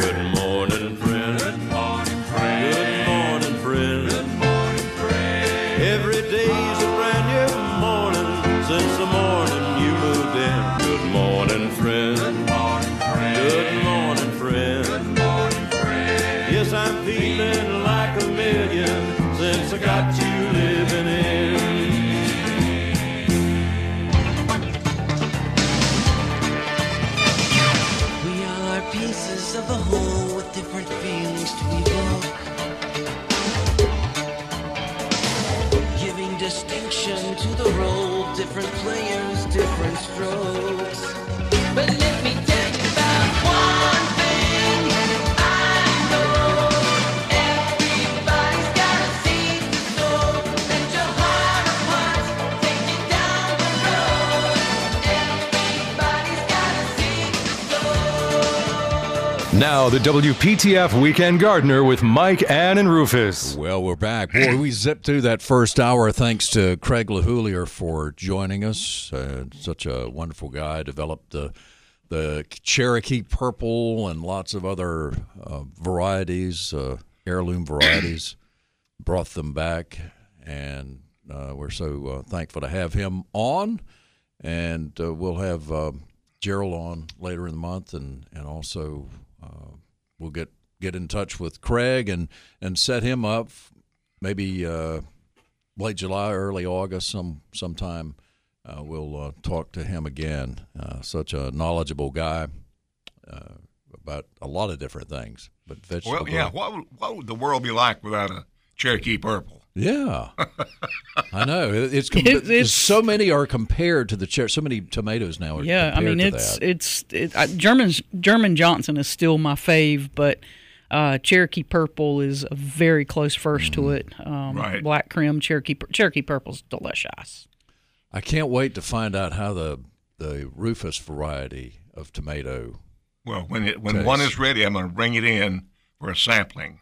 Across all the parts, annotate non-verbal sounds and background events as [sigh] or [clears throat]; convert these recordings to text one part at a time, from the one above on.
Good morning, friend. Good morning, friend. Good morning, friend. Good morning, friend. Every day's a brand new morning since the morning you moved in. Good morning, friend. Good morning, friend. Good morning, friend. Good morning, friend. Yes, I'm feeling like a million since I got you living in. We all are pieces of a whole with different feelings to evoke. Giving distinction to the role, different players, different strokes. But let me tell you about one thing I know. Everybody's got a seed to sow. Let your heart of hearts take you down the road. Everybody's got a seed to Now, the WPTF Weekend Gardener with Mike, Ann, and Rufus. Well, we're back. Boy, we zipped through that first hour. Thanks to Craig LaHoulier for joining us. Uh, such a wonderful guy. Developed the the Cherokee Purple and lots of other uh, varieties, uh, heirloom varieties. Brought them back, and uh, we're so uh, thankful to have him on. And uh, we'll have uh, Gerald on later in the month, and and also uh, we'll get get in touch with Craig and and set him up maybe uh, late July, early August, some sometime. Uh, we'll uh, talk to him again. Uh, such a knowledgeable guy uh, about a lot of different things, but vegetable. Well, yeah. What would, what would the world be like without a Cherokee Purple? [laughs] Yeah, I know. It- It's, com- it's, it's- so many are compared to the cherry. So many tomatoes now are. Yeah, I compared mean to it's that. it's it, I, German German Johnson is still my fave, but uh, Cherokee Purple is a very close 1st to it. Um, Mm. Right. Black Crim Cherokee Pur- Cherokee Purple's delicious. I can't wait to find out how the the Rufus variety of tomato. Well, when it, when one Taste. is ready, I'm going to bring it in for a sampling.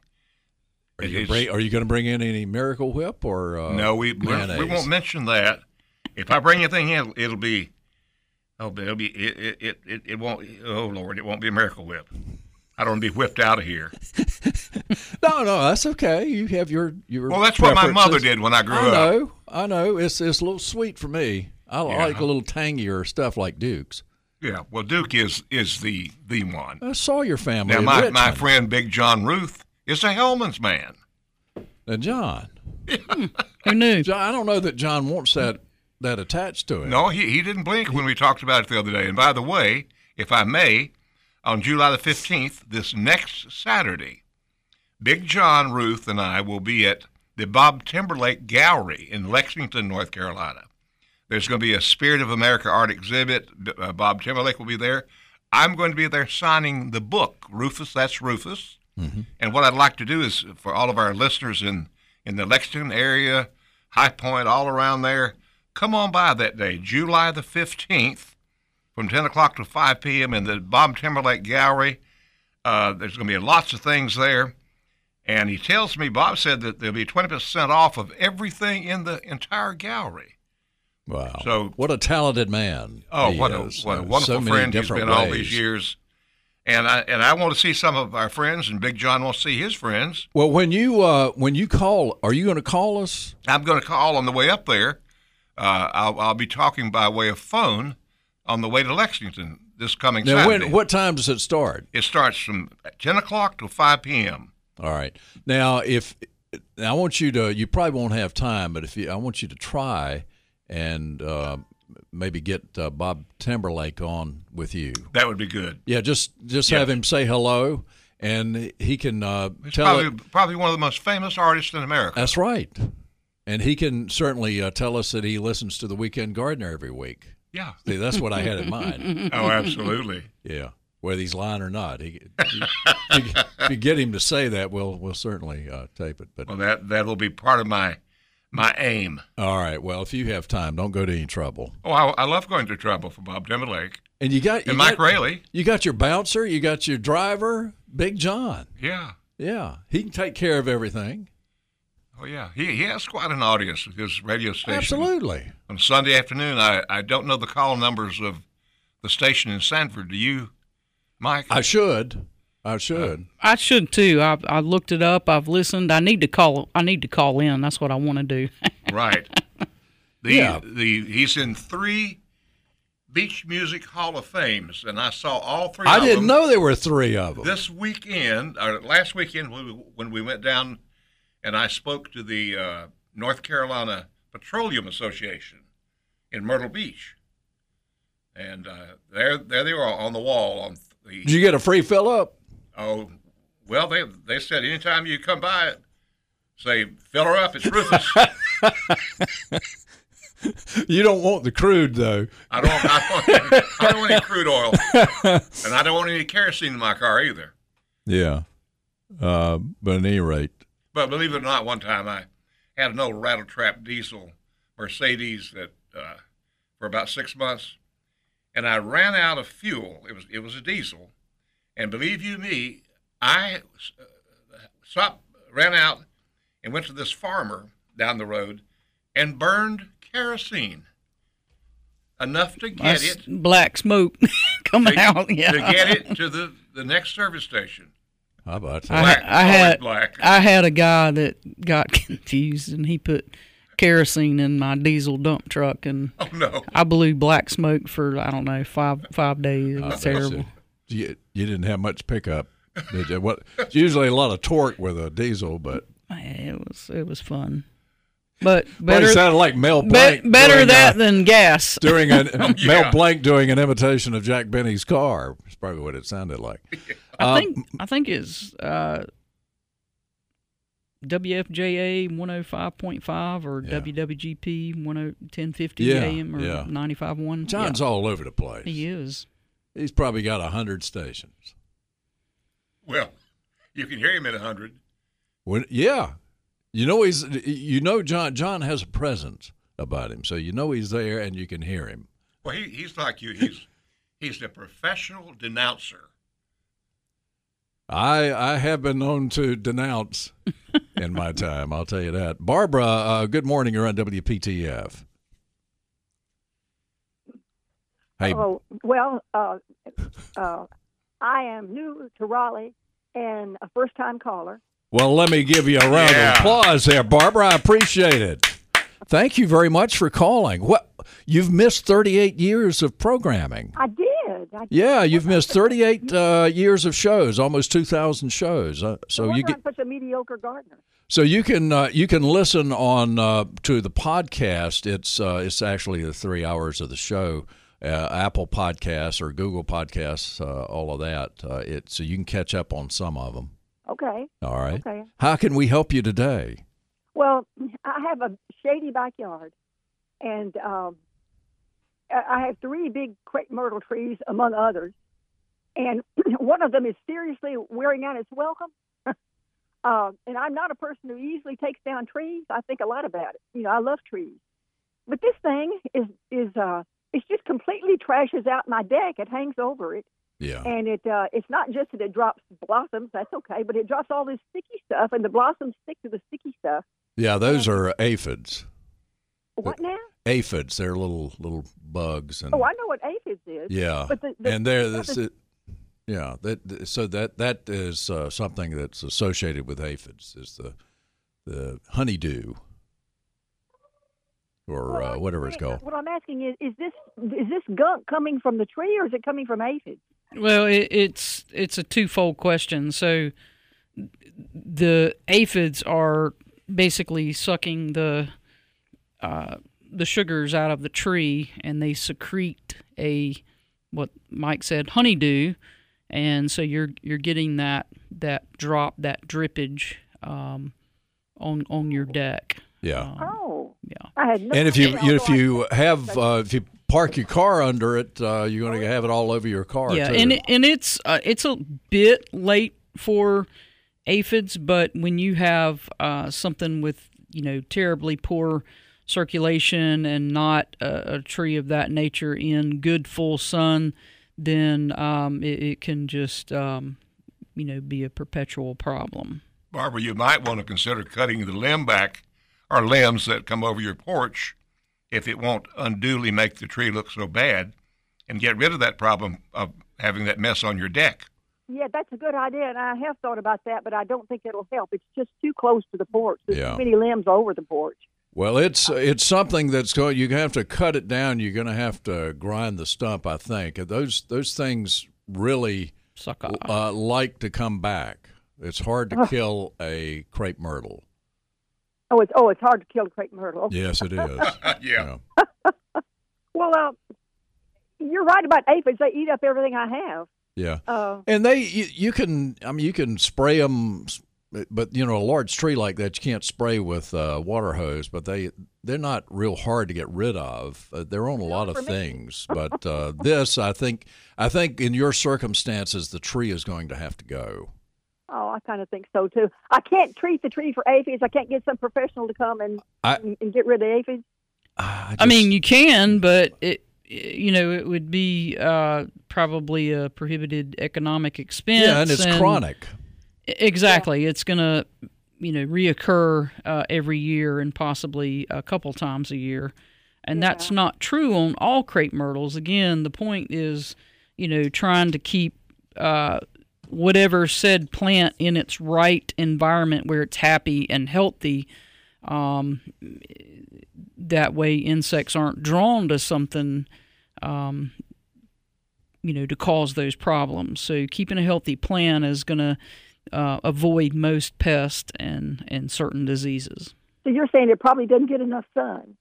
Are It- you it's- bring, are you going to bring in any Miracle Whip or uh, no, we we're- we mayonnaise? won't mention that. If I bring anything in, it'll be. Oh, but it'll be it it, it, it it won't oh Lord, it won't be a miracle whip. I don't want to be whipped out of here. No, no, that's okay. You have your your. Well, that's what my mother preferences. did when I grew I up. know, I know. It's it's a little sweet for me. I Yeah. like a little tangier stuff like Duke's. Yeah, well, Duke is is the the one. I saw your family. Now, in my, my Richmond. friend Big John Ruth is a Hellman's man. Now, John. Hmm. Who knew? John, I don't know that John wants that that attached to him. No, he, he didn't blink when we talked about it the other day. And by the way, if I may, on July the 15th, this next Saturday, Big John Ruth and I will be at the Bob Timberlake Gallery in Lexington, North Carolina. There's going to be a Spirit of America art exhibit. B- uh, Bob Timberlake will be there. I'm going to be there signing the book, Rufus, that's Rufus. Mm-hmm. And what I'd like to do is for all of our listeners in, in the Lexington area, High Point, all around there, come on by that day, July the 15th, from 10 o'clock to 5 p.m. in the Bob Timberlake Gallery. Uh, there's going to be lots of things there. And he tells me, Bob said that there'll be 20% off of everything in the entire gallery. Wow. So- what a talented man. Oh, he what a, is. what a Uh, wonderful so many friend he's different been all ways. these years. And I and I want to see some of our friends, and Big John wants to see his friends. Well, when you uh, when you call, are you going to call us? I'm going to call on the way up there. Uh, I'll, I'll be talking by way of phone on the way to Lexington this coming Now, Saturday. when, what time does it start? It starts from 10 o'clock to 5 p.m. All right. Now, if now I want you to, you probably won't have time, but if you, I want you to try and uh, maybe get uh, Bob Timberlake on with you. That would be good. Yeah, just just have him say hello, and he can uh, He's tell. probably, it- probably one of the most famous artists in America. that's right, and he can certainly uh, tell us that he listens to the Weekend Gardener every week. Yeah. See, that's what I had in mind. [laughs] Oh, absolutely. Yeah, whether he's lying or not, he, you, you, you get him to say that, we'll we'll certainly uh, tape it. But Well, that that will be part of my my aim. All right. Well, if you have time, don't go to any trouble. Oh, I, I love going to trouble for Bob Timberlake And you got you and Mike got, Rayleigh. You got your bouncer. You got your driver, Big John. Yeah. Yeah, he can take care of everything. Oh yeah, he, he has quite an audience with his radio station. Absolutely. On Sunday afternoon, I, I don't know the call numbers of the station in Sanford. Do you, Mike? I should. I should. I should too. I I looked it up. I've listened. I need to call. I need to call in. That's what I want to do. Uh, [laughs] right. The, Yeah. the he's in three Beach Music Hall of Fames, and I saw all three. I of didn't them know there were three of them. This weekend, or last weekend, when we, when we went down, and I spoke to the uh, North Carolina Petroleum Association in Myrtle Beach, and uh, there there they were on the wall on the. Did you get a free fill up? Oh, well, they they said anytime you come by, say fill her up. It's Rufus. [laughs] You don't want the crude though. I don't I don't, any, I don't want any [laughs] crude oil, and I don't want any kerosene in my car either. Yeah. Uh, but at any rate, But believe it or not, one time I had an old rattle trap diesel Mercedes that uh, for about six months, and I ran out of fuel. It was it was a diesel, and believe you me, I uh, stopped, ran out, and went to this farmer down the road, and burned kerosene enough to [laughs] get That's it black smoke [laughs] coming out. Yeah. to get it to the, the next service station. how about that? I, Black. I Always had black. I had a guy that got [laughs] confused and he put kerosene in my diesel dump truck and [laughs] Oh no! I blew black smoke for I don't know five five days. It was terrible. You, you didn't have much pickup. Did you? What? It's usually a lot of torque with a diesel, but Man, it was it was fun, but Well, better he sounded like Mel be- Blanc. better during, that uh, than gas. [laughs] during [laughs] an Oh, um, yeah. Mel Blanc doing an imitation of Jack Benny's car. It's probably what it sounded like. Uh, Um, I think I think it's uh, WFJA one hundred five point five or Yeah. WWGP one hundred ten fifty Yeah, AM or yeah. ninety five one. John's all over the place. he is. He's probably got a hundred stations. Well, you can hear him at hundred. When, yeah, you know he's you know John John has a presence about him, so you know he's there and you can hear him. Well, he, he's like you. He's he's the professional denouncer. I I have been known to denounce in my time. I'll tell you that. Barbara, uh, good morning. You're on WPTF. Hey, Oh, well, uh, uh, I am new to Raleigh and a first time caller. well, let me give you a round Yeah. of applause there, Barbara. I appreciate it. Thank you very much for calling. What you've missed 38 years of programming. I did. I Yeah, you've missed 38 uh, years of shows, almost 2,000 shows. Uh, so was you get such a mediocre gardener. So you can uh, you can listen on uh, to the podcast. It's uh, it's actually the three hours of the show. Uh, Apple Podcasts or Google Podcasts, uh, all of that. Uh, it so you can catch up on some of them. Okay. All right. Okay. How can we help you today? Well, I have a shady backyard, and um, I I have three big crepe myrtle trees, among others. And [clears throat] one of them is seriously wearing out its welcome. [laughs] uh, and I'm not a person who easily takes down trees. I think a lot about it. You know, I love trees, but this thing is is uh, it's just completely trashes out my deck. It hangs over it, Yeah. and it uh, it's not just that it drops blossoms. That's okay, but it drops all this sticky stuff, and the blossoms stick to the sticky stuff. Yeah, those are aphids. What now? Aphids, they're little little bugs and Oh, I know what aphids is. yeah. But the, the, and there but this the- it, yeah, that so that that is uh, something that's associated with aphids is the the honeydew or what uh, I'm whatever it's saying- called. What I'm asking is, is this is this gunk coming from the tree or is it coming from aphids? Well, it, it's it's a twofold question. So the aphids are basically sucking the uh, the sugars out of the tree, and they secrete a what Mike said honeydew, and so you're you're getting that that drop that drippage um, on on your deck. Um, Yeah. oh, yeah. I had no. And if you, idea, you if although I- you have uh, if you park your car under it, uh, you're Oh, going to have it all over your car yeah, too. and it, and it's uh, it's a bit late for aphids, but when you have uh, something with you know terribly poor circulation and not a, a tree of that nature in good full sun, then um, it, it can just um, you know be a perpetual problem. Barbara, you might want to consider cutting the limb back or limbs that come over your porch if it won't unduly make the tree look so bad and get rid of that problem of having that mess on your deck. Yeah, that's a good idea, and I have thought about that, but I don't think it'll help. It's just too close to the porch. There's Yeah. too many limbs over the porch. Well, it's it's something that's going. You have to cut it down. You're going to have to grind the stump. I think Uh, those those things really Suck off. uh, like to come back. It's hard to kill a crepe myrtle. Oh, it's oh, it's hard to kill a crepe myrtle. Yes, it is. yeah. Well, uh, you're right about aphids. They eat up everything I have. yeah. Uh, And they, you, you can, I mean, you can spray them, but you know, a large tree like that, you can't spray with uh, water hose. But they, they're not real hard to get rid of. Uh, they're on a lot of things. But uh, this, I think, I think in your circumstances, the tree is going to have to go. oh, I kind of think so too. I can't treat the tree for aphids. I can't get some professional to come and I- and, and get rid of the aphids. I, I just- mean, you can, but it you know it would be uh, probably a prohibited economic expense. E, yeah, and it's chronic. Exactly, it's gonna you know reoccur uh, every year and possibly a couple times a year, and that's not true on all crepe myrtles. Again, the point is you know trying to keep. Uh, Whatever said plant in its right environment where it's happy and healthy, um, that way insects aren't drawn to something um, you know to cause those problems so keeping a healthy plant is going to uh, avoid most pests and and certain diseases So you're saying it probably doesn't get enough sun?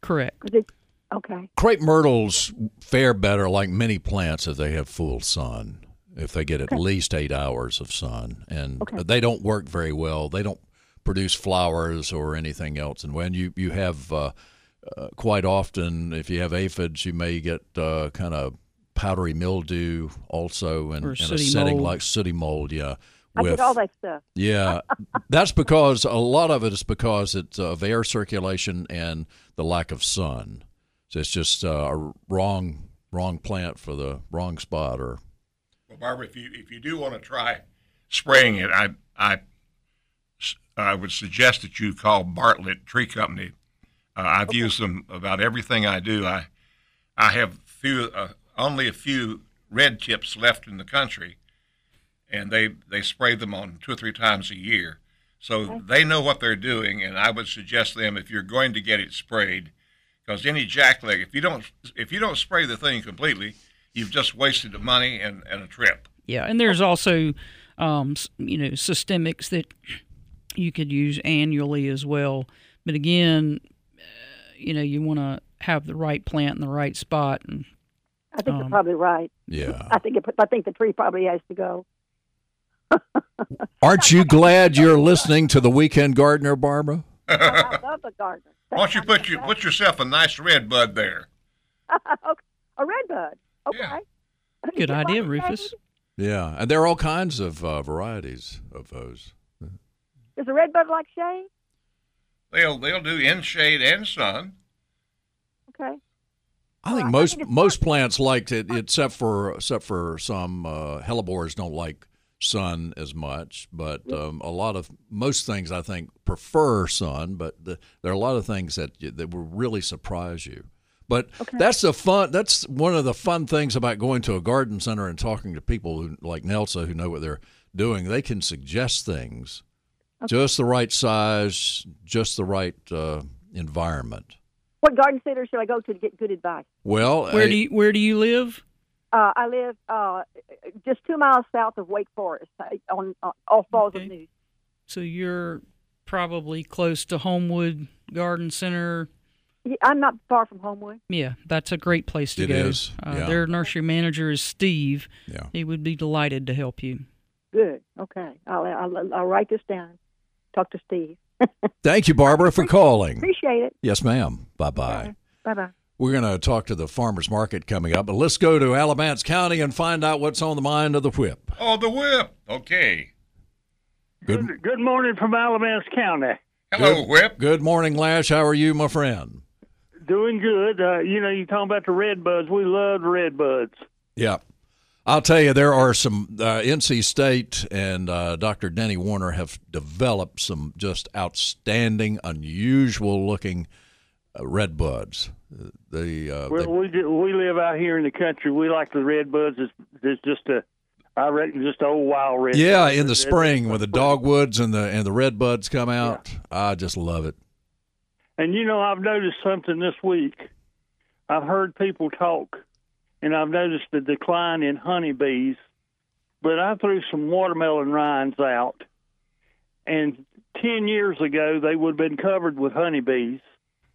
correct 'Cause it- okay. Crepe myrtles fare better, like many plants, if they have full sun. If they get at least eight hours of sun, and Okay. they don't work very well, they don't produce flowers or anything else. And when you you have uh, uh, quite often, if you have aphids, you may get uh, kind of powdery mildew also, and, Or and a sooty setting mold. like sooty mold. Yeah, I did all that stuff. [laughs] yeah, that's because a lot of it is because it's of air circulation and the lack of sun. So it's just uh, a wrong wrong plant for the wrong spot. [laughs] Or Well, Barbara, if you if you do want to try spraying it, I I I would suggest that you call Bartlett Tree Company. Uh, I've used them about everything I do. I I have few uh, only a few red tips left in the country, and they they spray them on two or three times a year, so they know what they're doing. And I would suggest them if you're going to get it sprayed, because any jackleg, if you don't if you don't spray the thing completely, you've just wasted the money and, and a trip. [laughs] yeah and there's also um, s- you know systemics that you could use annually as well but again uh, you know you want to have the right plant in the right spot and um, I think you're probably right. yeah, [laughs] I think it, I think the tree probably has to go. aren't you glad you're listening to the Weekend Gardener, Barbara? [laughs] I love the gardener. Why don't you put you put yourself a nice red bud there? [laughs] Okay. A red bud. Okay. Yeah. good You idea like rufus that? Yeah, and there are all kinds of uh, varieties of those. Does a red bud like shade? They'll they'll do in shade and sun. Okay. I think I most think it's most plants like it, except for except for some uh, hellebores don't like sun as much. But Mm. um, a lot of most things I think prefer sun. But the, there are a lot of things that you- that will really surprise you. But that's the fun. That's one of the fun things about going to a garden center and talking to people who, like Nelsa who know what they're doing. They can suggest things, just the right size, just the right uh, environment. What garden center should I go to to get good advice? Well, where a- do you where do you live Uh, I live uh, just two miles south of Wake Forest uh, on uh, off Falls Okay. of News. So you're probably close to Homewood Garden Center. Yeah, I'm not far from Homewood. Yeah, that's a great place to It go. is, Uh, yeah. Their nursery manager is Steve. yeah. He would be delighted to help [laughs] you. Good. Okay. I'll, I'll, I'll write this down. Talk to Steve. Thank you, Barbara, for calling. Appreciate it. Yes, ma'am. Bye bye. Bye bye. We're going to talk to the farmers market coming up, but let's go to Alamance County and find out what's on the mind of the whip. Oh, the whip. Okay. Good, Good morning from Alamance County. Hello, Good. whip. good morning, Lash. How are you, my friend? Doing good. Uh, you know, you talking about the red buds. We love red buds. Yeah. I'll tell you, there are some uh, NC State and uh, Dr. Denny Warner have developed some just outstanding, unusual looking uh, red buds. Uh, They, uh, We they we, do, we live out here in the country. We like the red buds. It's, it's just a, I reckon, just old wild red. yeah, buds. in the It's- spring when the dogwoods and the and the red buds come out, I just love it. And you know, I've noticed something this week. I've heard people talk, and I've noticed the decline in honeybees. But I threw some watermelon rinds out, and ten years ago they would have been covered with honeybees.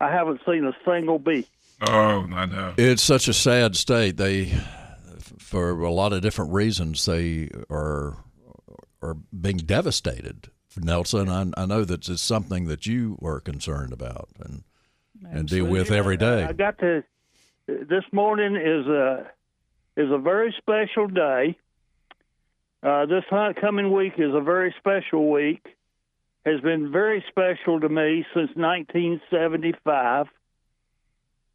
I haven't seen a single bee. Oh, I know. It's such a sad state. They, f- for a lot of different reasons, they are are being devastated. Nelson, I, I know that it's something that you are concerned about and and deal with every day. I got to. This morning is a is a very special day. Uh, this hunt coming week is a very special week. Has been very special to me since 1975.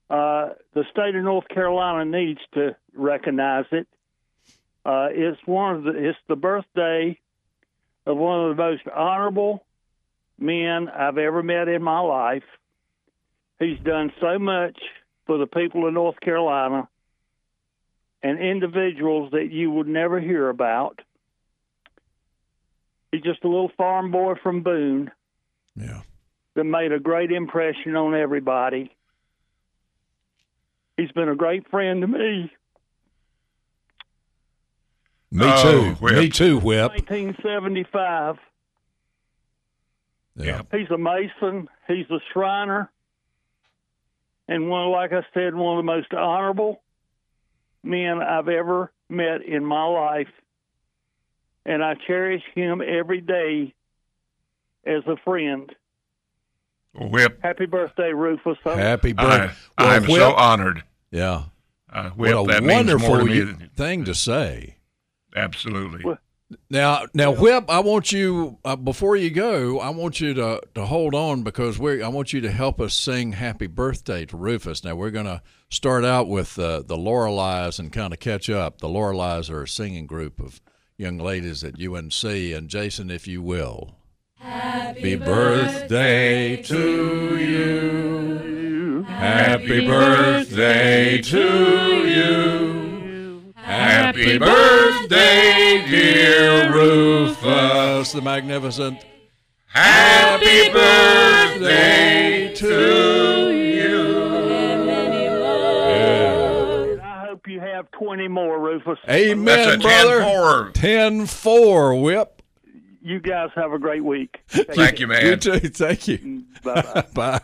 Uh, the state of North Carolina needs to recognize it. Uh, it's one of the it's the birthday of one of the most honorable men I've ever met in my life. He's done so much for the people of North Carolina and individuals that you would never hear about. He's just a little farm boy from Boone Yeah. that made a great impression on everybody. He's been a great friend to me. Me Oh, too. Whip. Me too, Whip. 1975. Yeah. He's a Mason. He's a Shriner. And one, like I said, one of the most honorable men I've ever met in my life. And I cherish him every day as a friend. Whip. Happy birthday, Rufus. Happy birthday. I, I'm Whip, so honored. yeah. Uh, Whip, what a that means more wonderful to me y- than- thing to say. Absolutely. Well- Now, now, Whip, I want you uh, before you go. I want you to to hold on because we. I want you to help us sing "Happy Birthday" to Rufus. Now we're gonna start out with uh, the Loreleis and kind of catch up. The Loreleis are a singing group of young ladies at UNC. And Jason, if you will, Happy birthday to you. Happy birthday to you. Happy birthday, dear Rufus the Magnificent. Happy birthday to you. I hope you have 20 more, Rufus. That's Amen, a 10 brother. forward. 10 4, whip. You guys have a great week. Thank you, [laughs] You man. too. Thank you. Bye-bye. [laughs] Bye.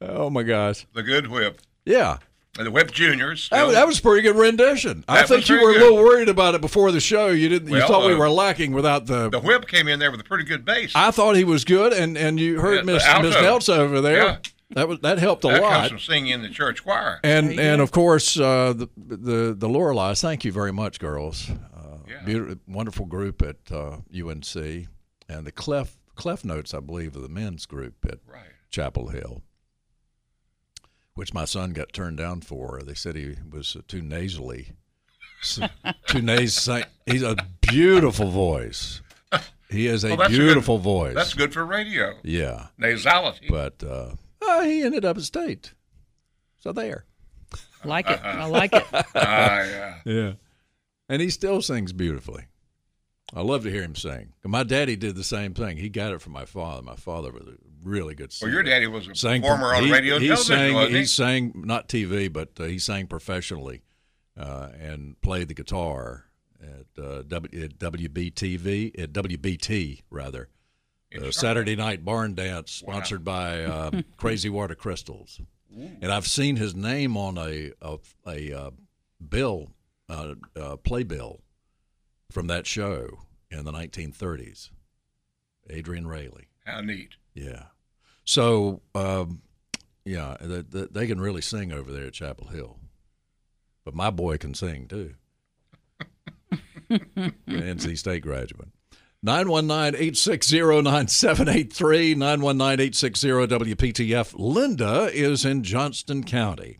Oh, my gosh. The good whip. Yeah. And the Whip Juniors. That, still- that was a pretty good rendition. I That think was you very were a good. little worried about it before the show. You didn't. you Well, thought we uh, were lacking without the. the Whip came in there with a pretty good bass. I thought he was good, and and you heard Yeah, the Miss alto. Miss Nelson over there. Yeah. That was that helped a that comes lot. from singing in the church choir. And and of course uh, the the the Lorelei. Thank you very much, girls. Uh, Yeah. beautiful, wonderful group at uh, UNC, and the clef clef notes, I believe, of the men's group at Right. Chapel Hill, which my son got turned down for. They said he was too nasally. So, too nasal. He's a beautiful voice. He is a Well, that's a good- beautiful voice. That's good for radio. Yeah, Nasality. but uh, uh, he ended up at state. So there. Like it. I like it. [laughs] [laughs] Ah, yeah. Yeah. And he still sings beautifully. I love to hear him sing. And my daddy did the same thing. He got it from my father. My father was a really good singer. Well, your daddy was a sang performer on he- radio and he television, sang, wasn't he? sang not TV, but uh, he sang professionally uh, and played the guitar at, uh, w, at WBTV at WBT rather. It's Uh, sharp. Saturday night barn dance sponsored by [laughs] uh, Crazy Water Crystals, and I've seen his name on a a, a uh, bill uh, uh, playbill from that show in the 1930s. Adrian Rayleigh. How neat. Yeah. So, um, yeah, the, the, they can really sing over there at Chapel Hill. But my boy can sing too. An NC State graduate. 919-860-9783, 919-860-WPTF. Linda is in Johnston County.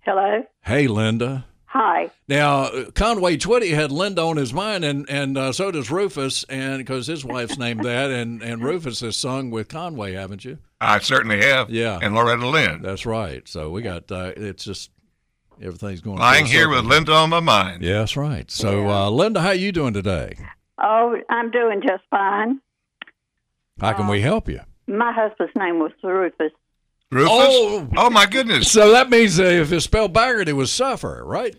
Hello. Hey, Linda. Hi. Now, uh, Conway Twitty had Linda on his mind, and and uh, so does Rufus, and because his wife's named that, and and Rufus has sung with Conway, haven't you? I certainly have. Yeah. And Loretta Lynn. That's right. So we got uh, it's just everything's going. full Lying here circle. with Linda on my mind. Yeah, that's right. So uh, Linda, how you doing today? Oh, I'm doing just fine. How can we help you? My husband's name was Rufus. Rufus? Oh. oh my goodness. So that means that if it's spelled backward, it was suffer, right?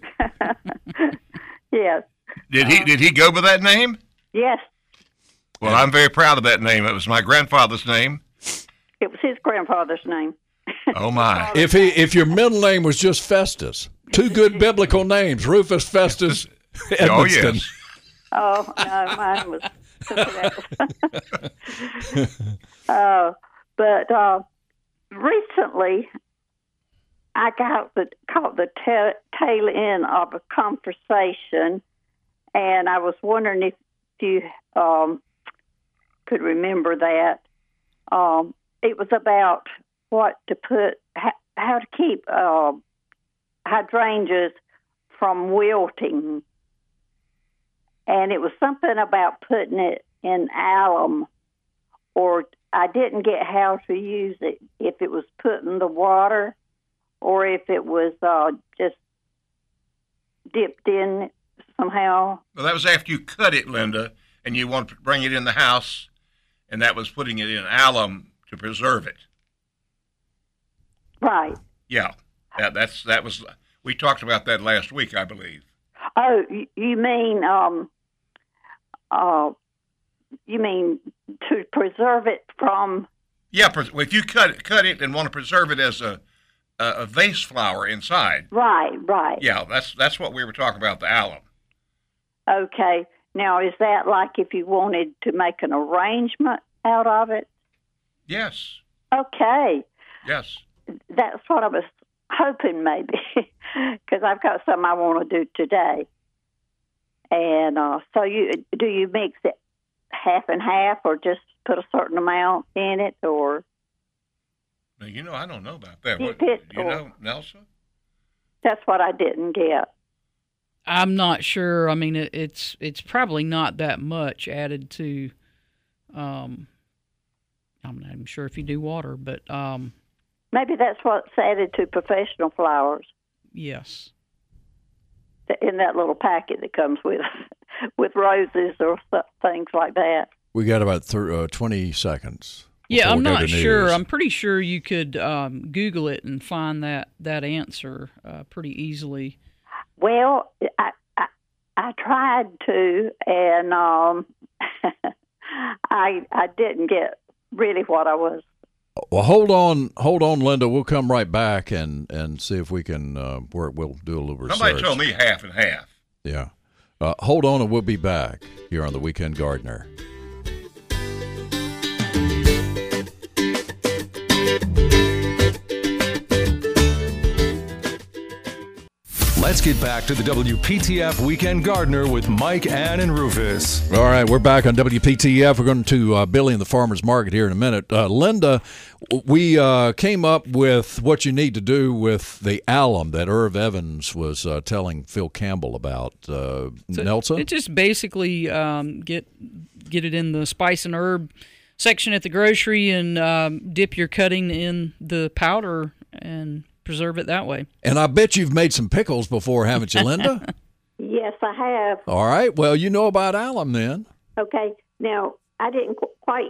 Yes, Did Uh, he did he go by that name? yes, Well, I'm very proud of that name. It was my grandfather's name. it was his grandfather's name. Oh my. If he if your middle name was just Festus, two good biblical names, Rufus Festus [laughs] Oh Edmonston. yes. [laughs] Oh no, mine was. [laughs] uh, but uh, recently, I got the caught the ta- tail end of a conversation, and I was wondering if you um, could remember that. Um, it was about what to put, how, how to keep uh, hydrangeas from wilting and it was something about putting it in alum, or I didn't get how to use it if it was put in the water, or if it was uh, just dipped in somehow. Well, that was after you cut it, Linda, and you want to bring it in the house, and that was putting it in alum to preserve it. Right. Yeah, that, that's that was. We talked about that last week, I believe. Oh, you- you mean um, uh, you mean to preserve it from? Yeah, pres- if you cut it, cut it and want to preserve it as a a, a vase flower inside. Right. Right. Yeah, that's that's what we were talking about the alum. Okay. Now, is that like if you wanted to make an arrangement out of it? Yes, Okay. yes. that's what I was hoping maybe [laughs] because I've got something I want to do today. And uh, so you do you mix it half and half, or just put a certain amount in it, or Now, you know, I don't know about that. You What, did, you or- know, Nelson. that's what I didn't get. I'm not sure. I mean, it, it's it's probably not that much added to. Um, I'm not even sure if you do water, but um, Maybe that's what's added to professional flowers yes, th- in that little packet that comes with [laughs] with roses or so- things like that. We got about thir uh, twenty seconds. yeah. before I'm we go to not sure. news. I'm pretty sure you could um, Google it and find that that answer uh, pretty easily. Well, I I, I tried to, and um, [laughs] I I didn't get really what I was Well, hold on, hold on, Linda. We'll come right back and and see if we can uh, work. We'll do a little research. Somebody told me half and half. Yeah. Uh, hold on, and we'll be back here on the Weekend Gardener. Let's get back to the WPTF Weekend Gardener with Mike, Ann, and Rufus. All right, we're back on WPTF. We're going to uh, Billy and the Farmer's Market here in a minute. Uh, Linda, w- we uh, came up with what you need to do with the alum that Irv Evans was uh, telling Phil Campbell about. Uh, So Nelson? It just basically um, get get it in the spice and herb section at the grocery and um, dip your cutting in the powder and preserve it that way. and I bet you've made some pickles before, haven't you, Linda? Yes, I have. All right, well, you know about alum then. Okay. Now, I didn't qu- quite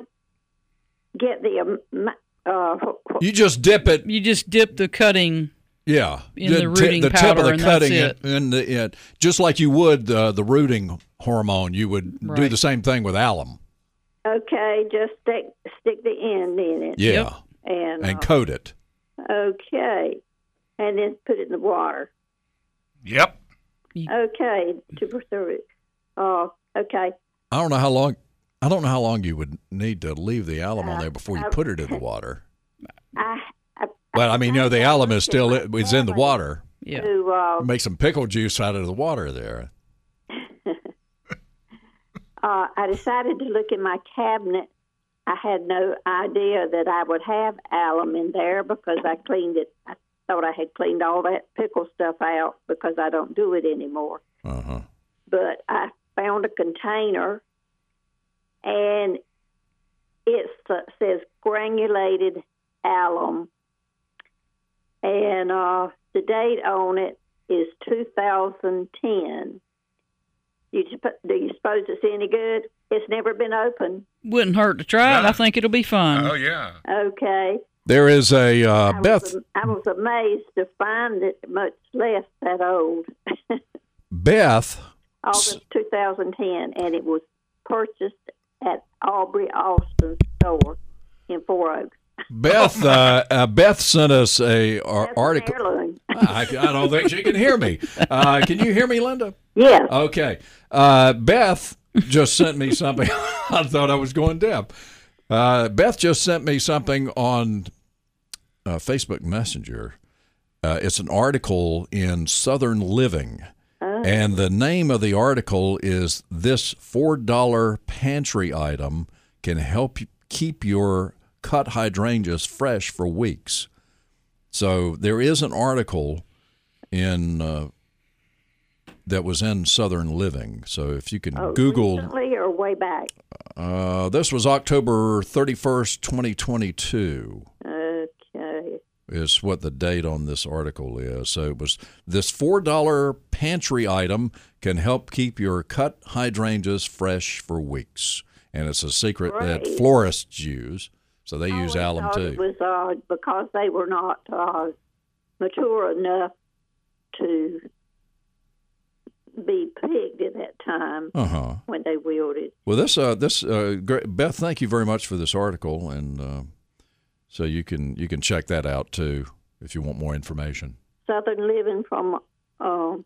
get the um, m- uh, wh- wh- You just dip it You just dip the cutting Yeah, in the ti- rooting the tip of powder, the and that's cutting, it. and the, it just like you would uh, the rooting hormone, you would do Right. the same thing with alum. okay, just stick stick the end in it Yeah, Yep. and, and uh, coat it. okay, and then put it in the water. Yep. Okay, to preserve it. Uh, okay. I don't know how long. I don't know how long you would need to leave the alum on there before you Uh, put it [laughs] in the water. I I But I mean, you know, the alum is still it's in the water. Yeah. do uh, Make some pickle juice out of the water there. [laughs] uh, I decided to look in my cabinet. I had no idea that I would have alum in there because I cleaned it. I thought I had cleaned all that pickle stuff out because I don't do it anymore. Uh-huh. But I found a container and it s- says granulated alum. And uh, the date on it is 2010. You, sup- do you suppose it's any good? It's never been opened. Wouldn't hurt to try it. I think it'll be fun. Oh yeah. Okay. There is a uh, Beth I was amazed to find it much less that old. [laughs] Beth August 2010, and it was purchased at Aubrey Austin's store in Four Oaks. Beth uh, uh, Beth sent us a ar- That's an article. heirloom. I, I don't think she can hear me. Uh, can you hear me, Linda? Yes. Okay. Uh, Beth just sent me something. [laughs] I thought I was going deaf. Uh, Beth just sent me something on uh, Facebook Messenger. Uh, it's an article in Southern Living. And the name of the article is This $4 Pantry Item Can Help you Keep Your Cut Hydrangeas Fresh for Weeks. So there is an article in uh, that was in Southern Living. So if you can Google, Oh, Recently or way back? uh, this was October 31st, 2022, Okay. is what the date on this article is. So it was this $4 pantry item can help keep your cut hydrangeas fresh for weeks. And it's a secret that Great. florists use. So they use Oh, I alum thought too. It was uh, because they were not uh, mature enough to be pigged at that time uh huh. when they wielded. Well, this uh, this uh, gre- Beth, thank you very much for this article, and uh, so you can you can check that out too if you want more information. Southern living from um,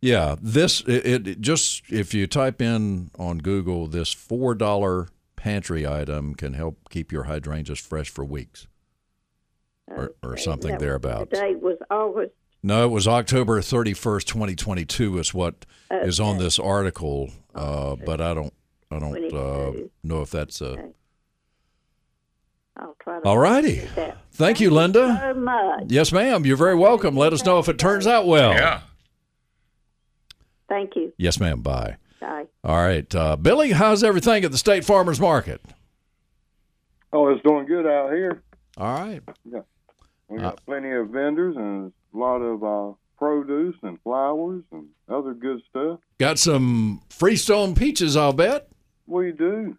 Yeah, this it, it- it just if you type in on Google this four dollar pantry item can help keep your hydrangeas fresh for weeks, or, or okay, something that was- thereabouts. The date was August No, it was October 31st, 2022 is what is on this article, uh, but I don't I don't uh, 22. know if that's a I'll try to. All righty. do that. Thank you, Linda. So much. Yes, ma'am. You're very welcome. Let us know if it turns out well. Yeah. Thank you. Yes, ma'am. Bye. Bye. All right. Uh, Billy, how's everything at the State Farmers Market? Oh, it's doing good out here. All right. We got plenty of vendors and a lot of uh, produce and flowers and other good stuff. Got some freestone peaches, I'll bet. We do.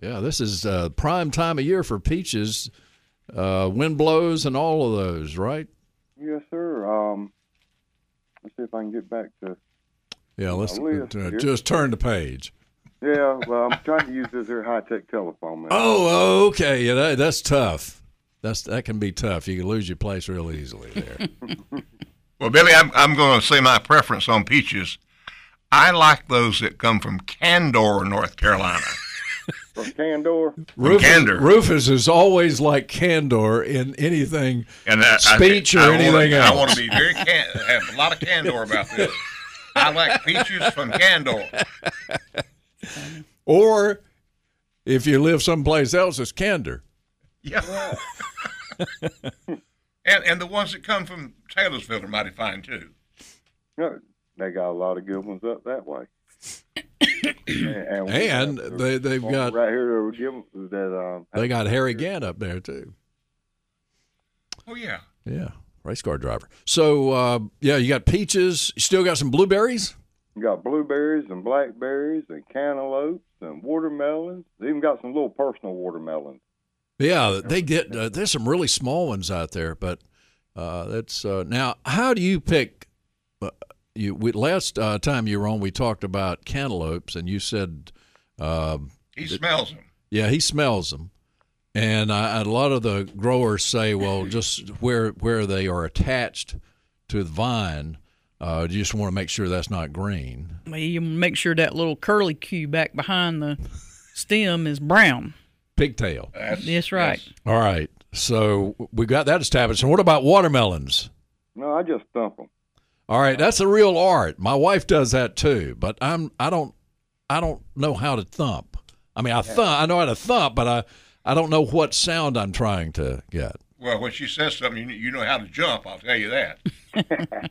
Yeah, this is uh, prime time of year for peaches. Uh, wind blows and all of those, right? Yes, sir. Um, let's see if I can get back to. Yeah, let's list uh, here. just turn the page. Yeah, well, I'm trying to use this here high tech telephone. Now. Oh, okay. Yeah, that, that's tough. That's that can be tough. You can lose your place real easily there. Well, Billy, I'm I'm going to say my preference on peaches. I like those that come from Candor, North Carolina. From Candor. Rufus, Candor. Rufus is always like candor in anything. And I, Speech I, or I anything wanna, else. I want to be very can- have a lot of candor about this. I like peaches from Candor. Or if you live someplace else, it's candor. Yeah. [laughs] and and the ones that come from Taylorsville are mighty fine too. No, they got a lot of good ones up that way. and and we And got the [coughs] they, they've one got right here that we're giving that. Um, they got Harry Gant up there too. Oh yeah. Yeah, race car driver. So uh, yeah, you got peaches. You still got some blueberries. You got blueberries and blackberries and cantaloupes and watermelons. They even got some little personal watermelons. Yeah, they get. Uh, there's some really small ones out there, but uh, that's uh, now. How do you pick? Uh, you we, last uh, time you were on, we talked about cantaloupes, and you said. Um, He smells them. Yeah, he smells them, and I, a lot of the growers say, [laughs] well, just where where they are attached to the vine, uh, you just want to make sure that's not green. Well, You make sure that little curly cue back behind the stem is brown. Pigtail. That's right. All right, so we got that established. And what about watermelons? No, I just thump them. All right, that's a real art. My wife does that too, but I'm I don't I don't know how to thump. I mean, I thump. I know how to thump, but I I don't know what sound I'm trying to get. Well, when she says something, you, you know how to jump. I'll tell you [laughs] that.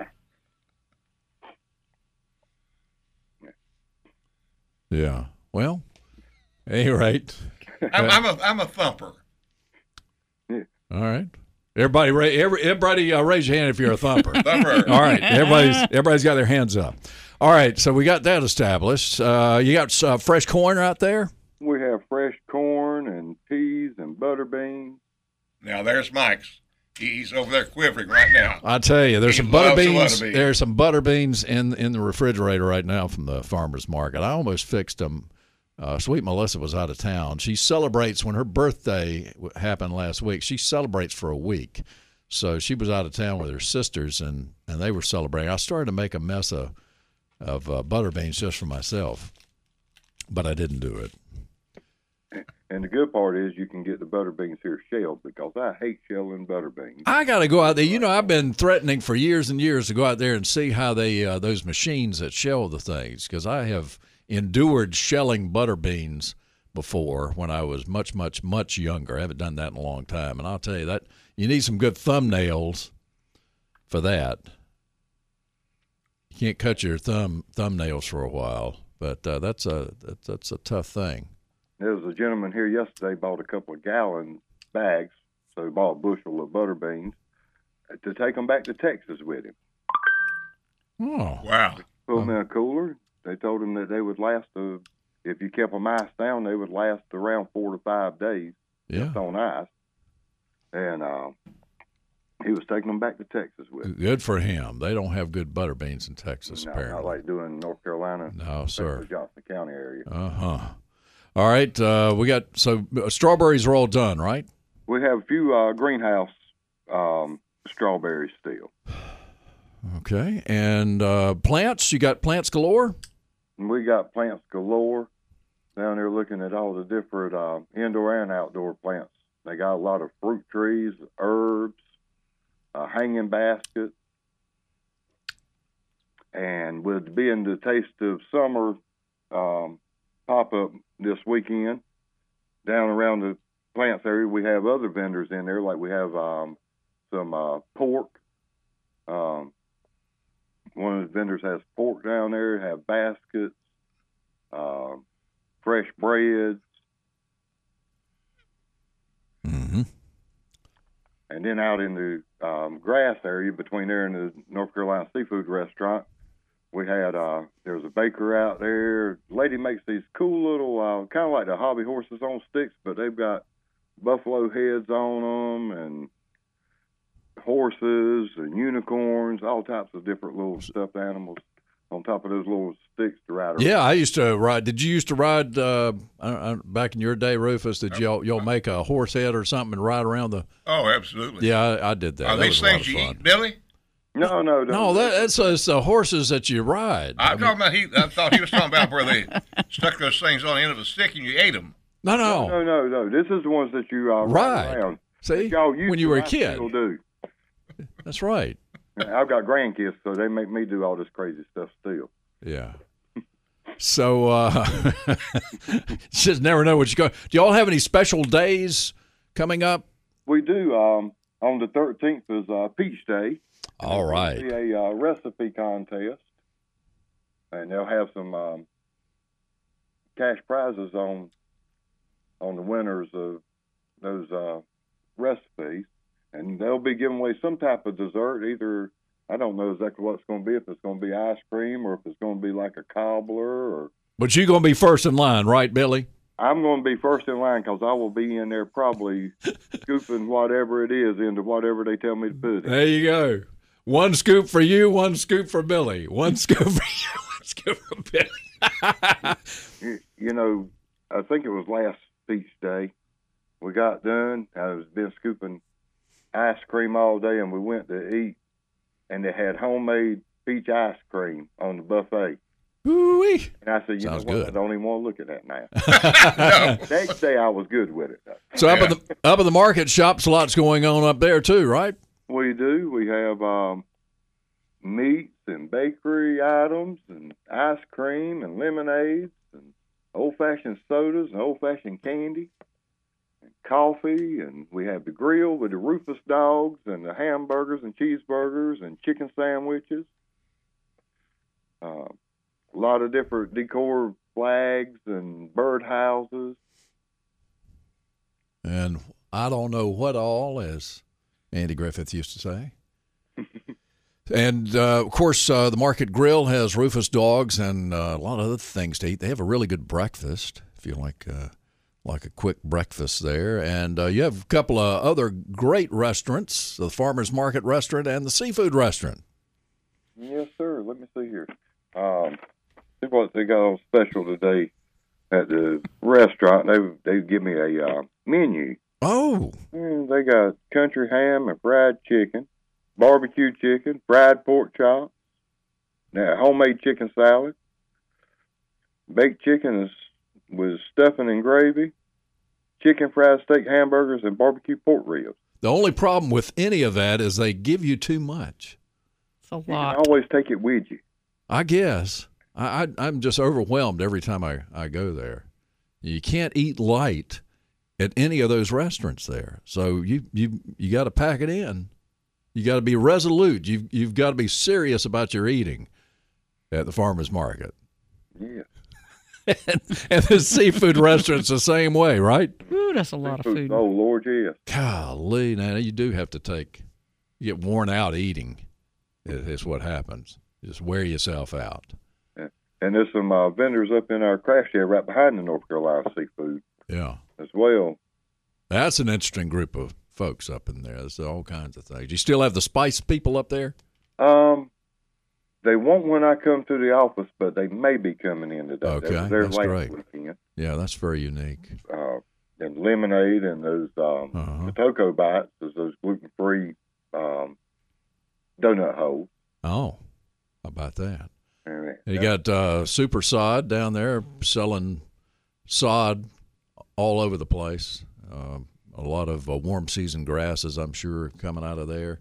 Yeah. Well, at any rate. [laughs] I'm, I'm a I'm a thumper. All right. Everybody, ra- every, everybody, uh, raise your hand if you're a thumper. [laughs] Thumper. All right. Everybody's everybody's got their hands up. All right. So we got that established. Uh, you got uh, fresh corn out there. We have fresh corn and peas and butter beans. Now there's Mike's. He- He's over there quivering right now. I tell you, there's He some butter loves the beans. butter beans. There's some butter beans in in the refrigerator right now from the farmers market. I almost fixed them. Uh, sweet Melissa was out of town. She celebrates when her birthday w- happened last week. She celebrates for a week, so she was out of town with her sisters and and they were celebrating. I started to make a mess of of uh, butter beans just for myself, but I didn't do it. And the good part is you can get the butter beans here shelled because I hate shelling butter beans. I got to go out there. You know, I've been threatening for years and years to go out there and see how they uh, those machines that shell the things because I have endured shelling butter beans before when I was much, much, much younger. I haven't done that in a long time, and I'll tell you that you need some good thumbnails for that. You can't cut your thumb thumbnails for a while, but uh, that's a that's, that's a tough thing. There was a gentleman here yesterday bought a couple of gallon bags, so he bought a bushel of butter beans to take them back to Texas with him. Oh, Wow. Put them in a cooler. They told him that they would last, uh if you kept them iced down, they would last around four to five days. yeah. just on ice, and uh, he was taking them back to Texas with. him. Good for him. They don't have good butter beans in Texas, No, apparently. not like doing North Carolina, No, especially sir. Johnson County area. Uh huh. All right. Uh, we got so uh, strawberries are all done, right? We have a few uh, greenhouse um, strawberries still. Okay. And uh, plants, you got plants galore. And we got plants galore down there looking at all the different uh, indoor and outdoor plants. They got a lot of fruit trees, herbs, uh, hanging baskets. And with being the taste of summer um, pop up this weekend, down around the plants area, we have other vendors in there, like we have um, some uh, pork. Um, one of the vendors has pork down there, have baskets, uh, fresh breads, Mm-hmm. and then out in the um, grass area between there and the North Carolina seafood restaurant, we had uh, there was a baker out there. Lady makes these cool little uh, kind of like the hobby horses on sticks, but they've got buffalo heads on them and horses and unicorns, all types of different little stuffed animals on top of those little sticks to ride around. Yeah, I used to ride. Did you used to ride uh, I, I, back in your day, Rufus? Did y'all y'all make a horse head or something and ride around the? Oh, absolutely. Yeah, I, I did that. Are that these was a lot things of you fun. eat, Billy? No, no, No, that, that's uh, it's the horses that you ride. I'm talking about he. I thought he was talking about where they stuck those things on the end of a stick and you ate them. no, no. no, no, no. This is the ones that you uh, Right. ride around. See, Y'all used when to, you were a I kid, still do. that's right. I've got grandkids, so they make me do all this crazy stuff still. Yeah. So uh [laughs] you just never know what you go. Do y'all have any special days coming up? We do. Um, on the 13th is uh, Peach Day. All See right. a uh, recipe contest, and they'll have some um, cash prizes on on the winners of those uh, recipes, and they'll be giving away some type of dessert. Either I don't know exactly what it's going to be. If it's going to be ice cream, or if it's going to be like a cobbler, or But you're gonna be first in line, right, Billy? I'm going to be first in line because I will be in there probably scooping whatever it is into whatever they tell me to put. it. There you go. One scoop for you, one scoop for Billy. One [laughs] scoop for you, one scoop for Billy. you [laughs] you know, I think it was last beach day. We got done. I was been scooping ice cream all day, and we went to eat, and they had homemade peach ice cream on the buffet. Ooh-wee. And I said, you Sounds know what? good. I don't even want to look at that [laughs] now. Next day, I was good with it. Though. So up at the up at the market shops, lots going on up there too, right? We do. We have um, meats and bakery items and ice cream and lemonades and old fashioned sodas and old fashioned candy and coffee, and we have the grill with the Rufus dogs and the hamburgers and cheeseburgers and chicken sandwiches. Uh, a lot of different decor flags and bird houses. And I don't know what all, as Andy Griffith used to say. And uh, of course, uh, the Market Grill has Rufus dogs and uh, a lot of other things to eat. They have a really good breakfast if you like uh, like a quick breakfast there. And uh, you have a couple of other great restaurants: the Farmers Market restaurant and the seafood restaurant. Yes, sir. Let me see here. Um, see what they got on special today at the restaurant. They they give me a uh, menu. Oh, And they got country ham and fried chicken, barbecue chicken, fried pork chop, now homemade chicken salad, baked chicken is, with stuffing and gravy, chicken fried steak hamburgers, and barbecue pork ribs. the only problem with any of that is they give you too much. It's a You can lot. always take it with you. I guess I, I I'm just overwhelmed every time I I go there. You can't eat light at any of those restaurants there, so you you you got to pack it in. You got to be resolute. You've you've got to be serious about your eating at the farmers market. [laughs] Yeah. and, and the seafood restaurants the same way, right? Ooh, that's a lot of food. Oh, Lord, yes. Golly, now you do have to take. You get worn out eating. Is is what happens. Just wear yourself out. And there's some uh, vendors up in our crash area right behind the North Carolina seafood Yeah. as well. That's an interesting group of folks up in there. There's all kinds of things. You still have the spice people up there? Um, they won't when I come through the office, but they may be coming in today. they Okay, were there that's last great. weekend. Yeah, that's very unique. Uh, and lemonade and those um, Uh-huh. the Cocoa Bites, is those gluten free um, donut holes. Oh, how about that? And And you got uh, Super Sod down there selling sod all over the place. Um, a lot of uh, warm season grasses, I'm sure, coming out of there,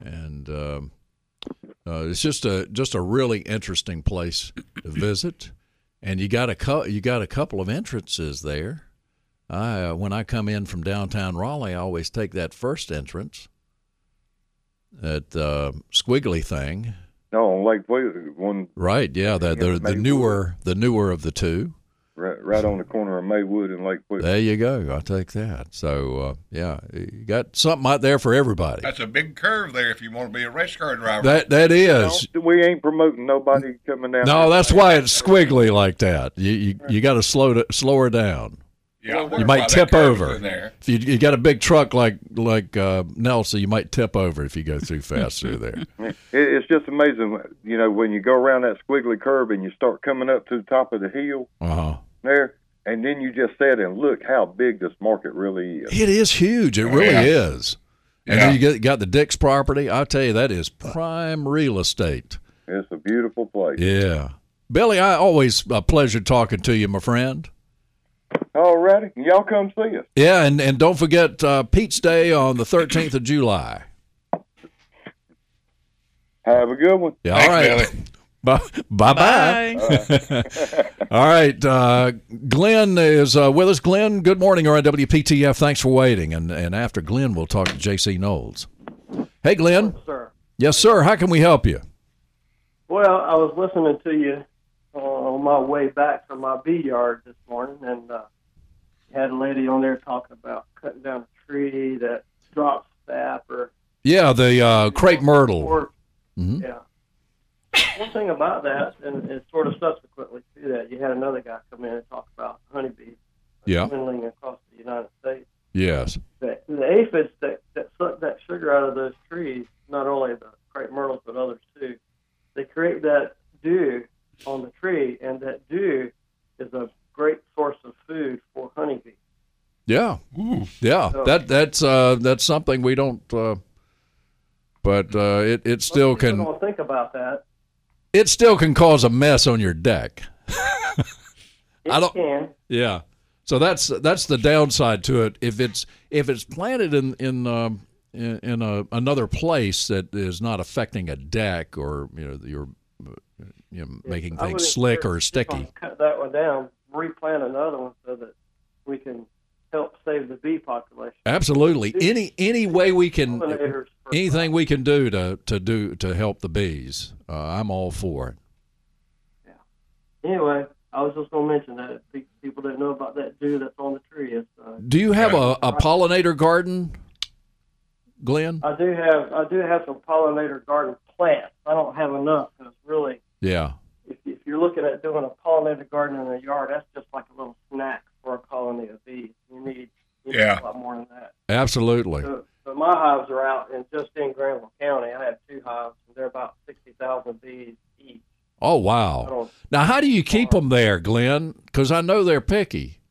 and um, uh, it's just a just a really interesting place to visit. And you got a cou- you got a couple of entrances there. I uh, when I come in from downtown Raleigh, I always take that first entrance, that uh, squiggly thing, no, on Lake Wheeler, one Right, yeah, the the, the Maywood. newer the newer of the two. right, right on the corner of Maywood and Lake Wheeler. There you go. I'll take that. So uh, yeah, you got something out there for everybody. That's a big curve there if you want to be a race car driver. That that is. Don't- we ain't promoting nobody coming down. No, that's why it's squiggly like that. You you, you got to slow to, slow her down. Yeah, I wonder You might why that tip curve is over. in there. If you, you got a big truck like like uh, Nelson, you might tip over if you go too fast through [laughs] there. It, it's just amazing, you know, when you go around that squiggly curve and you start coming up to the top of the hill Uh huh. there, and then you just said, and look how big this market really is. It is huge. It really yeah. is. And then Yeah. you get, got the Dix property. I tell you, that is prime real estate. It's a beautiful place. Yeah. Billy, I always a pleasure talking to you, my friend. All righty, y'all come see us. Yeah, and, and don't forget uh, Pete's Day on the 13th of July. Have a good one. Yeah, Thanks, all right. Billy. [laughs] Bye bye. [laughs] All right. Uh, Glenn is uh, with us. Glenn, good morning. You're on WPTF. Thanks for waiting. And, and after Glenn, we'll talk to JC Knowles. Hey, Glenn. sir. Yes, sir. How can we help you? Well, I was listening to you uh, on my way back from my bee yard this morning, and uh, you had a lady on there talking about cutting down a tree that drops sap or Yeah, the uh, crepe myrtle. Or, Yeah. One thing about that, and it's sort of subsequently to that, you had another guy come in and talk about honeybees Yeah. dwindling across the United States. Yes. The, the aphids that, that suck that sugar out of those trees, not only the crepe myrtles but others too, they create that dew on the tree, and that dew is a great source of food for honeybees. Yeah, yeah. So- That that's uh, that's something we don't. Uh, but uh, it it still Most people can don't think about that. it still can cause a mess on your deck. It I don't- can. Yeah. So that's that's the downside to it. If it's if it's planted in in um, in, in a, another place that is not affecting a deck or you know you're uh, you know, making I would things slick or encourage people sticky. to Cut that one down, replant another one so that we can help save the bee population. Absolutely. Any any way we can, Pollinators anything we can do to to do to help the bees, uh, I'm all for it. Anyway, I was just gonna mention that if pe- people didn't know about that dew that's on the tree. It's, uh, Do you have a, a pollinator garden, Glenn? I do have I do have some pollinator garden plants. I don't have enough because really, Yeah. if, if you're looking at doing a pollinator garden in a yard, that's just like a little snack for a colony of bees. You need, you need Yeah. a lot more than that. Absolutely. So, so my hives are out in just in Granville County. I have two hives, and they're about sixty thousand bees each. Oh I wow. don't- Now how do you keep them there, Glenn? Because I know they're picky. [laughs]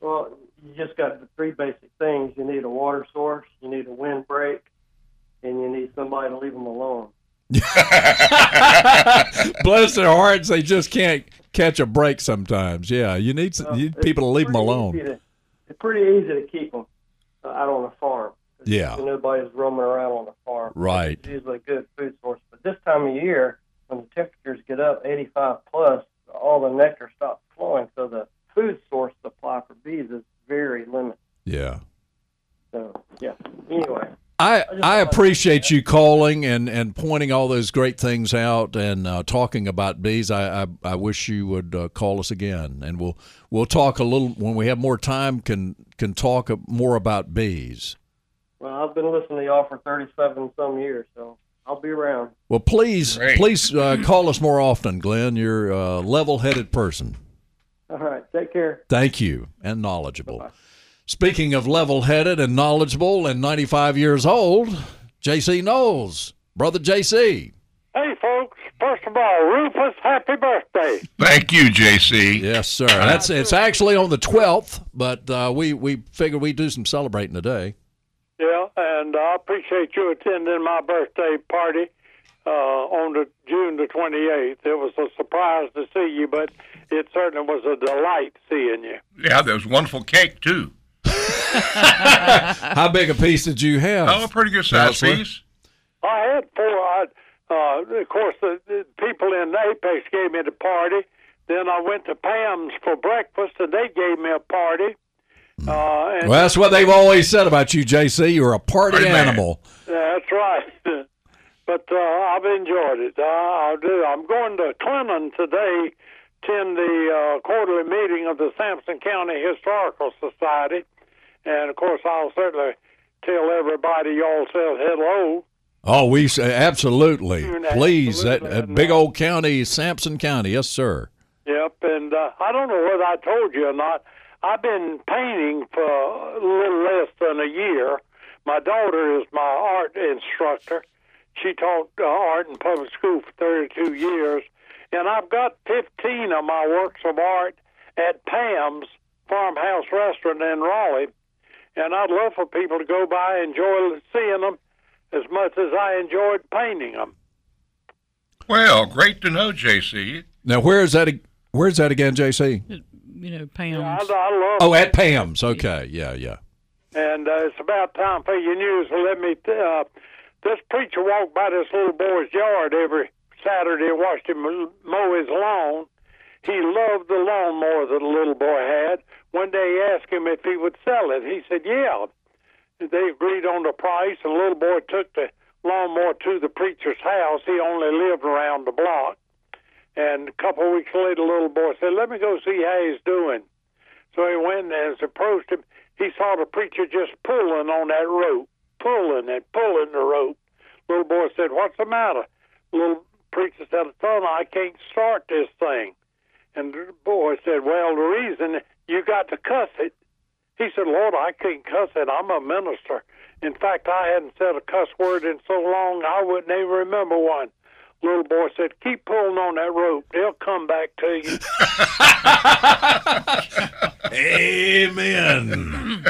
Well, you just got the three basic things. You need a water source, you need a windbreak, and you need somebody to leave them alone. Bless their hearts, they just can't catch a break sometimes. Yeah, you need, some, you need people to leave them Easy alone. to- It's pretty easy to keep them uh, out on a farm. Yeah. So nobody's roaming around on the farm. Right. It's usually a good food source. But this time of year, when the temperatures get up 85 plus, all the nectar stops flowing. So the food source supply for bees is very limited. Yeah. So, yeah. Anyway. I, I appreciate you calling and, and pointing all those great things out and uh, talking about bees. I, I, I wish you would uh, call us again and we'll we'll talk a little when we have more time can can talk more about bees. Well, I've been listening to y'all for 37 some years, so I'll be around. Well, please please uh, call us more often, Glenn. You're a level-headed person. All right. Take care. Thank you and knowledgeable. Speaking of level-headed and knowledgeable and 95 years old, JC Knowles, brother JC. Hey, folks, first of all, Rufus, happy birthday. Thank you, Uh, JC. Yes, sir. That's it's actually on the twelfth, but uh, we we figured we'd do some celebrating today. [laughs] Yeah, and I appreciate you attending my birthday party uh, on the June the 28th. It was a surprise to see you, but it certainly was a delight seeing you. Yeah, there was wonderful cake too. [laughs] How big a piece did you have? Oh, a pretty good size Counselor? piece. I had four. I, uh, of course, the, the people in Apex gave me the party. Then I went to Pam's for breakfast, and they gave me a party. Uh, and Well, that's what they've always said about you, JC. You're a party Party man. animal. That's right. but uh, I've enjoyed it. I, I do. I'm going to Clinton today to attend the uh, quarterly meeting of the Sampson County Historical Society. And of course, I'll certainly tell everybody y'all says hello. Oh, we s- absolutely, Absolutely. please that, that big old county, Sampson County. Yes, sir. Yep. And uh, I don't know whether I told you or not. I've been painting for a little less than a year. My daughter is my art instructor. She taught uh, art in public school for 32 years, and I've got 15 of my works of art at Pam's Farmhouse Restaurant in Raleigh. And I'd love for people to go by and enjoy seeing them as much as I enjoyed painting them. Well, great to know, JC. Now, where is that? ag- Where is that again, JC? You know, Pam's. I, I love Oh, at Pam's. Okay, yeah, yeah. And uh, it's about time for your news. Let me. T- uh, this preacher walked by this little boy's yard every Saturday and watched him mow his lawn. He loved the lawnmower that the little boy had. One day he asked him if he would sell it. He said, Yeah. They agreed on the price, and the little boy took the lawnmower to the preacher's house. He only lived around the block. And a couple of weeks later, the little boy said, Let me go see how he's doing. So he went and approached him. He saw the preacher just pulling on that rope, pulling and pulling the rope. Little boy said, What's the matter? Little preacher said, Son, I can't start this thing. And the boy said, Well, the reason you got to cuss it. He said, Lord, I can't cuss it. I'm a minister. In fact, I hadn't said a cuss word in so long, I wouldn't even remember one. Little boy said, Keep pulling on that rope. They'll come back to you. [laughs] [laughs] Amen.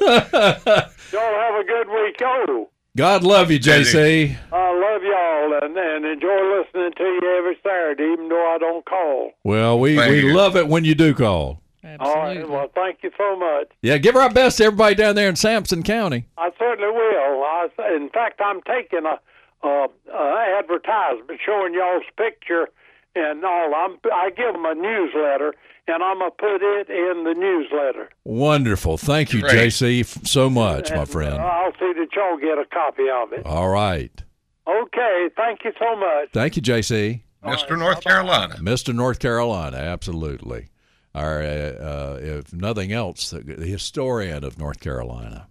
Y'all have a good week. Oh, God love you, JC. I love y'all and, and enjoy listening to you every Saturday, even though I don't call. Well, we, Thank we you. love it when you do call. All right. Well, thank you so much. Yeah, give her our best to everybody down there in Sampson County. I certainly will. I, in fact, I'm taking a, a, a advertisement showing y'all's picture and all. I'm I give them a newsletter, and I'm gonna put it in the newsletter. Wonderful. Thank you, Great. JC, f- so much, my And friend. Uh-huh. I'll see that y'all get a copy of it. All right. Okay, thank you so much. Thank you, JC. Mr. North Carolina. Mr. North Carolina, absolutely. Our, uh, uh, if nothing else, the, the historian of North Carolina.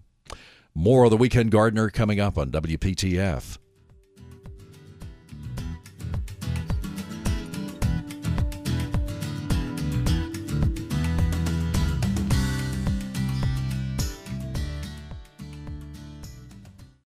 More of the Weekend Gardener coming up on WPTF.